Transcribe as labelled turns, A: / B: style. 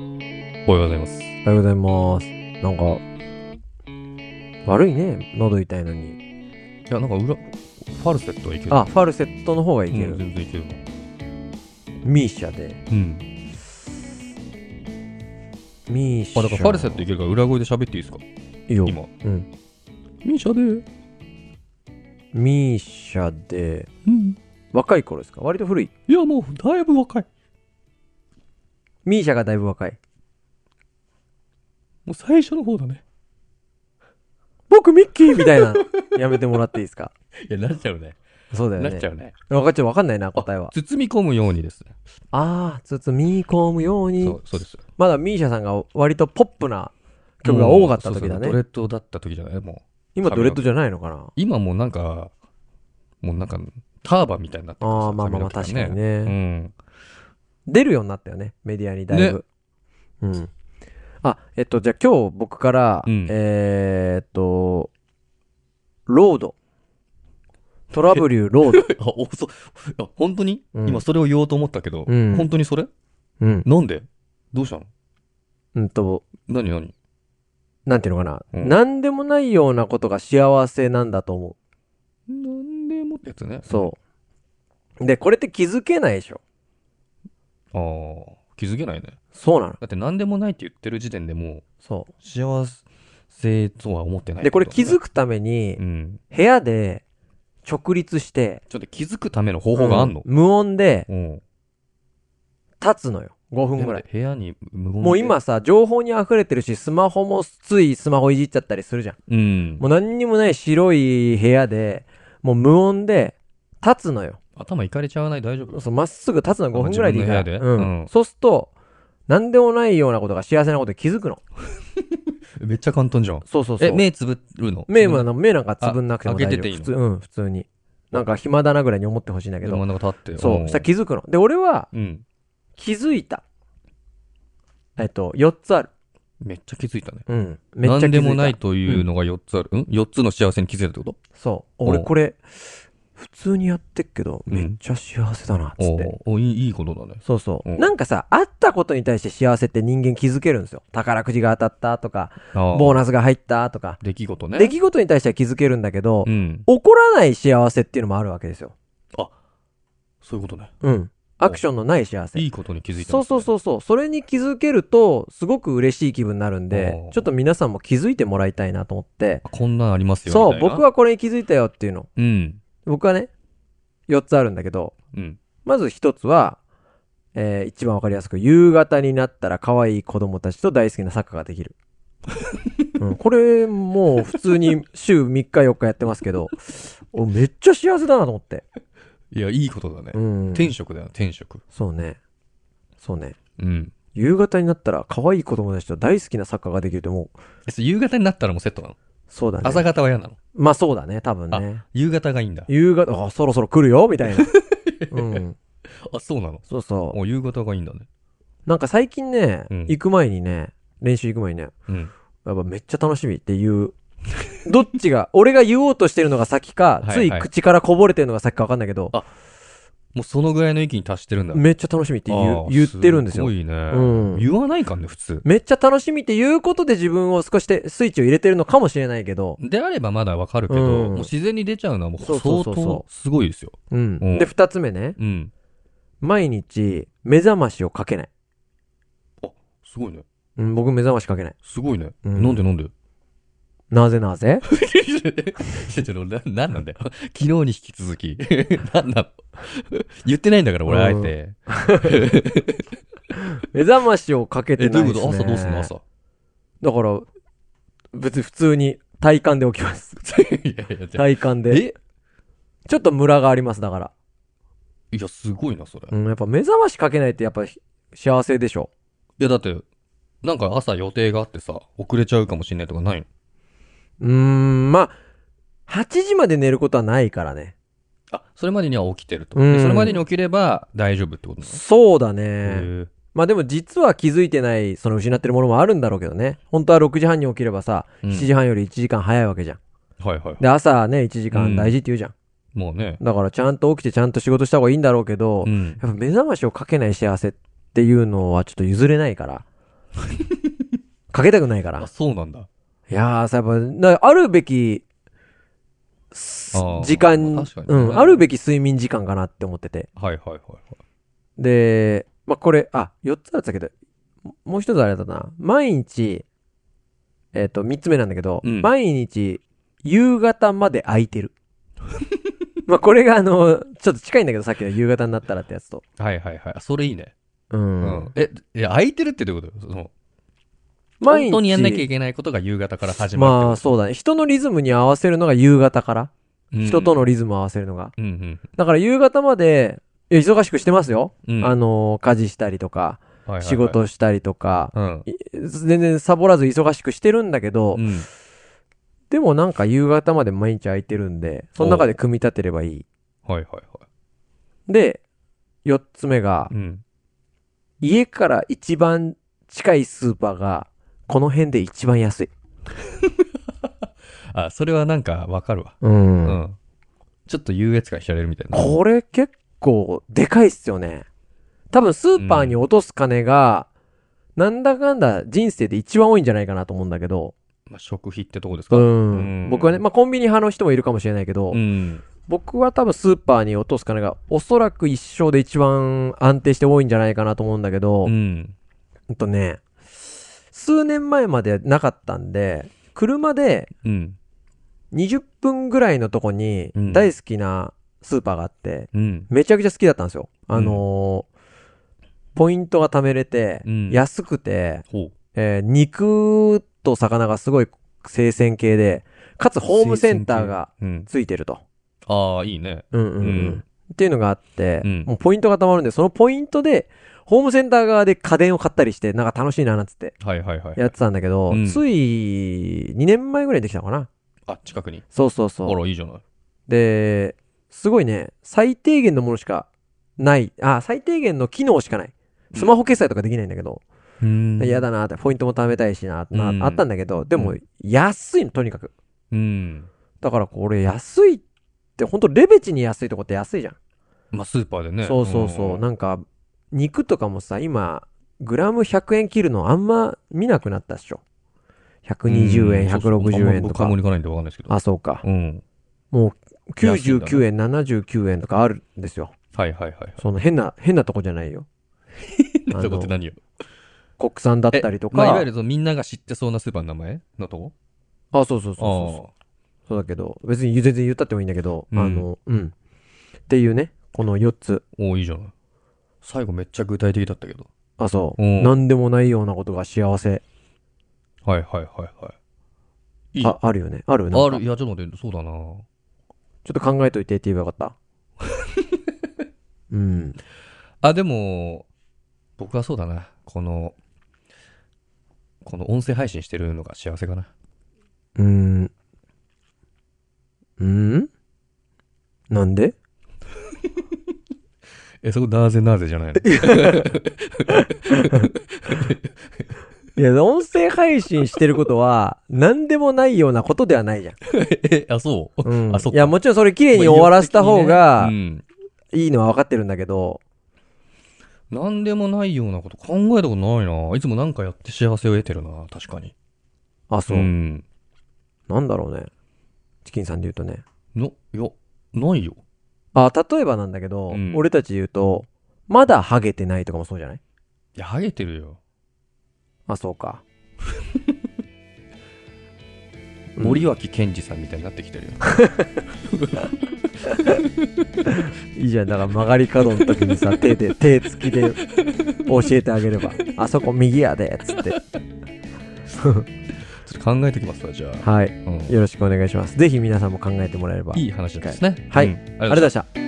A: おはようございます。
B: おはようございます。なんか、悪いね、喉痛いのに。
A: いや、なんか裏、ファルセットはいける。
B: あ、ファルセットの方が
A: う
B: い
A: ん、
B: ける。
A: 全然いけるな。
B: ミーシャで。
A: うん。
B: ミーシ
A: あ、
B: ャ。
A: だからファルセットいけるから裏声で喋っていいですか
B: いいよ。
A: 今。
B: うん。
A: ミーシャで。
B: ミーシャで、
A: うん。
B: 若い頃ですか割と古い。
A: いや、もう、だいぶ若い。
B: ミーシャがだいぶ若い。
A: もう最初の方だね。
B: 僕ミッキーみ たいな。やめてもらっていいですか
A: いや、なっちゃうね。
B: そうだよ
A: なっ
B: ね
A: ちゃ。うね。
B: 分かっちゃう、わかんないな、答えは。
A: 包み込むようにですね。
B: あー、ちょっとミーコームよ
A: そ
B: うに
A: う、。そうです。
B: まだミーシャさんが割とポップな曲が多かった
A: もう
B: 時だ
A: そうそうドレッ
B: ね。
A: ドだった時じゃないもう。
B: 今ドレッドじゃないのかな
A: 今もうなんか、もうなんか、ターバンみたいになってる
B: あー、まあまあまあ、確かに。ね。
A: うん。
B: 出るようになったよねメディアにだいぶ、うんあえっとじゃあ今日僕から、
A: うん
B: えーっとロードトラブリューロー ド
A: あ、おそ、いや、本当に
B: うん
A: 今それを言おうと思ったけど、
B: うん
A: 本当にそれ
B: うん、
A: なんでどうしたの
B: うんと
A: 何何
B: なんていうのかな、
A: うん
B: なんでもないようなことが幸せなんだと思
A: なんでもってやつね
B: う。そうでこれって気づけないでしょ
A: ああ、気づけないね。
B: そうなの
A: だって何でもないって言ってる時点でも、
B: そう
A: 幸せとは思ってない、
B: うでこれ気づ
A: く。
B: くために
A: うん。
B: 部屋で直立して
A: ちょっと気づくための方法があんの
B: う無音で
A: うん。
B: 立つのよ5分ぐらい
A: え部屋に無言で
B: もう、今さ、情報に溢れてるし、スマホもついスマホいじっちゃったりするじゃん。
A: うん
B: も。う何にもない白い部屋で、もう無音で、立つのよ。
A: 頭いかれちゃわない大丈夫
B: そうまっすぐ立つの5分ぐらいでいいから。
A: あ自分の
B: う
A: 部屋で
B: ん。
A: うん
B: そうすると、何でもないようなことが幸せなことに気づくの。
A: めっちゃ簡単じゃん。
B: そうそうそう。
A: え、目つぶるの
B: 目もな、目なんかつぶんなくて
A: あ
B: も大
A: 開け
B: 丈
A: てて
B: 夫。
A: いいの
B: 普通、うん、普通に。なんか暇だなぐらいに思ってほしいんだけ
A: でも
B: ど。
A: なんか立って。
B: そう。
A: ん
B: したら気づくの。で、俺は
A: うん。
B: 気づいた。えっと、4つある。
A: めっちゃ気づいたね。
B: うん。めっちゃ気づいた。
A: 何でもないというのが4つある。うん ?4 つの幸せに気づいたってこと
B: そう。
A: おう
B: 俺これ、普通にやってっけど、
A: うん
B: めっちゃ幸せだな、つって。
A: おおいいいいことだね。
B: そうそう。
A: うん
B: なんかさ、あったことに対して幸せって人間気づけるんですよ。宝くじが当たったとか、
A: ああ
B: ボーナスが入ったとか。
A: 出来事ね。
B: 出来事に対しては気づけるんだけど
A: う、ん。
B: 怒らない幸せっていうのもあるわけですよ。
A: そういうことね。
B: うん。アクションのない幸せ。
A: いいことに気づいた、
B: そうそう
A: う。
B: そうそう。それに気づけると、すごく嬉しい気分になるんで
A: お、
B: ちょっと皆さんも気づいてもらいたいなと思って、
A: あこんなんありますよ。み
B: そ
A: た
B: う、
A: いな
B: 僕。はこれに気づいたよっていうの。
A: うん。
B: 僕はね、4つあるんだけど、
A: うん。
B: まず一つは、えー一番わかりやすく、夕方になったら可愛い子供たちと大好きなサッカーがで きる。うん、これ、もう普通に週3日4日やってますけど、おめっちゃ幸せだなと思って。
A: いや、いいことだね。
B: うん。
A: 天職だよ、天職。
B: そうね。そうね。
A: うん。
B: 夕方になったら可愛い子供たちと大好きなサッカーができるってもう、
A: えそう夕方になったらもうセットなの、
B: そうだ
A: 朝
B: ね。
A: 方は嫌なの
B: まあそうだね、多分ね。
A: 夕方がいいんだ。
B: 夕方、あ、そろそろ来るよみたいな。 うん。
A: あ、そうなの
B: そうそう。
A: お夕方がいいんだね。
B: なんか最近ね、
A: うん
B: 行く前にね、練習行く前にね、
A: うん。
B: やっぱめっちゃ楽しみっていう。 どっちが、俺が言おうとしてるのが先か、
A: はい
B: つい口からこぼれてるのが先か分かんないけど
A: あ、もうそのぐらいの域に達してるんだ。
B: めっちゃ楽しみって言
A: ああ
B: う言ってるんです
A: すご
B: よ。
A: いね。
B: うん
A: 言わないかんね、普通。
B: めっちゃ楽しみっていうことで自分を少しでスイッチを入れてるのかもしれないけど、
A: であればまだわかるけど、
B: うん
A: もう自然に出ちゃうのはもう
B: そう
A: 相
B: そうそうそう
A: 当すごいですよ。
B: うん。
A: うん
B: で、二つ目ね、
A: うん。
B: 毎日目覚ましをかけない。
A: すごいね。
B: うん、僕目覚ましかけない。
A: すごいね。
B: うん
A: なんでなんで
B: なぜ なぜ
A: ちょちょななんなんだよ。昨日に引き続き。 なんなの言ってないんだから、俺、あえて。
B: 目覚ましをかけ
A: え、
B: て
A: ど
B: な
A: うい
B: いうで
A: こ
B: す、
A: と
B: ね。
A: 朝どうすんの朝。
B: だから、別に普通に体感で起きます。
A: いやいやじゃあ
B: 体感で。
A: え
B: ちょっとムラがあります、だから。
A: いや、すごいな、それ。い
B: うん、やっぱ目覚ましかけないってやっぱひ幸せでしょ。
A: や、だって、なんか朝予定があってさ、遅れちゃうかもしんないとかないの
B: うーん、まあ、8時まで寝ることはないからね。
A: あ、それまでには起きてると。
B: うん
A: でそれまでに起きれば大丈夫ってことなの
B: そうだ
A: へ
B: ね。
A: ー
B: まあでも実は気づいてない、その失ってるものもあるんだろうけどね。本当は6時半に起きればさ、
A: うん
B: 7時半より1時間早いわけじゃん。
A: はいはいはい。
B: で、朝ね、1時間大事って言うじゃん。
A: もうね。
B: だからちゃんと起きてちゃんと仕事した方がいいんだろうけど、
A: うん。
B: やっぱ目覚ましをかけない幸せっていうのはちょっと譲れないから。かけたくないから
A: あ、。そうなんだ。
B: いやー、さ、やっぱ、なあるべき、す
A: あー
B: 時間、
A: 確かにね
B: うん、あるべき睡眠時間かなって思ってて。
A: はいはいはいはい。
B: で、まあ、これ、あ、4つあったけど、ももう一つあれだな。毎日、えっ、と、3つ目なんだけど、
A: うん
B: 毎日、夕方まで空いてる。 まあ、これがあの、ちょっと近いんだけど、さっきの夕方になったらってやつと。
A: はいはいはい。あそれいいね。
B: う。
A: うんん。え、いや、空いてるってどういうことその、
B: 毎日
A: 本当にやんなきゃいけないことが夕方から始まる。
B: まあ、そうだね。人のリズムに合わせるのが夕方から。
A: うん
B: 人と。のリズムを合わせるのが。
A: うんうん
B: だから夕方まで、いや忙しくしてますよ。
A: うん。
B: あの、家事したりとか、
A: はいはいはい
B: 仕。事したりとか、
A: うん。
B: い全然サボらず忙しくしてるんだけど、
A: うん。
B: でもなんか夕方まで毎日空いてるんで、その中で組み立てればいい。
A: はいはいはい。
B: で、四つ目が
A: う、ん。
B: 家から一番近いスーパーが、この辺で一番安い。
A: あ、それはなんかわかるわ。
B: う。
A: うんん。ちょっと優越感惹かれるみたいな。
B: これ結構でかいっすよね。多分スーパーに落とす金が、なんだかんだ人生で一番多いんじゃないかなと思うんだけど、
A: まあ、食費ってとこですか
B: う
A: うん
B: ん。僕はね、まあコンビニ派の人もいるかもしれないけど、
A: うん。
B: 僕は多分スーパーに落とす金がおそらく一生で一番安定して多いんじゃないかなと思うんだけど、
A: う
B: うん、
A: ん。
B: とね、数年前までなかったんで、車で
A: うん。
B: 20分ぐらいのとこに
A: うん
B: 大好きなスーパーがあって、
A: うん。
B: めちゃくちゃ好きだったんですよ。あのーポイントが貯めれて、
A: うん
B: 安くて、
A: ほう。
B: えー肉と魚がすごい生鮮系で、かつホームセンターが
A: うん。
B: ついてると。
A: ああ、いいね。
B: うんうんうん
A: うん
B: っていうのがあって、
A: うん
B: もうポイントが貯まるんで、そのポイントで、ホームセンター側で家電を買ったりして、なんか楽しいななんつって
A: はいはいはい。
B: やってたんだけど、
A: うん
B: つい2年前ぐらいにできたのかな。
A: あ、近くに。
B: そうそう
A: あ
B: そう。
A: ら、いいじゃない。
B: で、すごいね、最低限のものしかない。あ、最低限の機能しかない。スマホ決済とかできないんだけど、
A: うん
B: 嫌。だなって、ポイントも貯めたいしなってな、
A: うん
B: あったんだけど、でも
A: う、
B: 安いの、とにかく。
A: うん。
B: だからこれ安いって、本当レベチに安いとこって安いじゃん。
A: まあ、スーパーでね。
B: そうそうそう、
A: ん
B: なんか肉とかもさ今グラム100円切るのあんま見なくなったっしょ
A: うん
B: 120円、
A: そうそう
B: 160円と
A: あ
B: か
A: んま僕買い物行かないんでわかんないですけど。
B: あそうか
A: うん。
B: もう
A: 安いんだね
B: 99円、79円とかあるんですよ
A: はいはいはい。
B: その変な変なとこじゃない よ
A: そういうことって
B: あの
A: 何よ。
B: 国産だったりとか、
A: まあ、いわゆるそのみんなが知ってそうなスーパーの名前のとこ
B: あそうそうそうそうそうそうだけど別に全然言ったってもいいんだけど、
A: うん
B: あのうんっていうねこの4つ
A: ああ。おーいいじゃない。最後めっちゃ具体的だったけど。
B: あそう、
A: うん
B: 何でもないようなことが幸せ
A: はいはいはいはい。いい
B: ああるよねあるなんか
A: ある、いや、ちょっと待って、そうだな
B: ちょっと考えといてって言えばよかっ た。うん。
A: あ、でも、僕はそうだな。この、この音声配信してるのが幸せかな。
B: うーん。うんなんで
A: え、そこなぜなぜじゃないの
B: いや、音声配信してるこ とは、何でもないようなことではないじゃん。
A: え、あ、そう。
B: うん。
A: あそっか
B: いや、もちろんそれ綺麗に終わらせた方が
A: う、ん。
B: いいのは分かってるんだけど、
A: なんでもないようなこと考えたことないないつもなんかやって幸せを得てるな確かに。
B: あ、そう。
A: ん。
B: なんだろうね。チキンさんで言うとね。
A: の、いや、ないよ。
B: あ、例えばなんだけど、
A: うん
B: 俺たちで言うと、まだハゲてないとかもそうじゃない
A: いや、ハゲてるよ。
B: あ、そ うか。うん
A: 森脇健児さんみたいになってきてるよ。
B: いいじゃん、だから曲がり角の時にさ、手で、手つきで教えてあげれば、あそこ右やで、つって。
A: ちょっと考えてきますわ、じゃあ。
B: はい。
A: うん
B: よろしくお願いします。ぜひ皆さんも考えてもらえれば。
A: いい話だったですね。
B: はい
A: うんありがとうございました
B: ありがとうございました。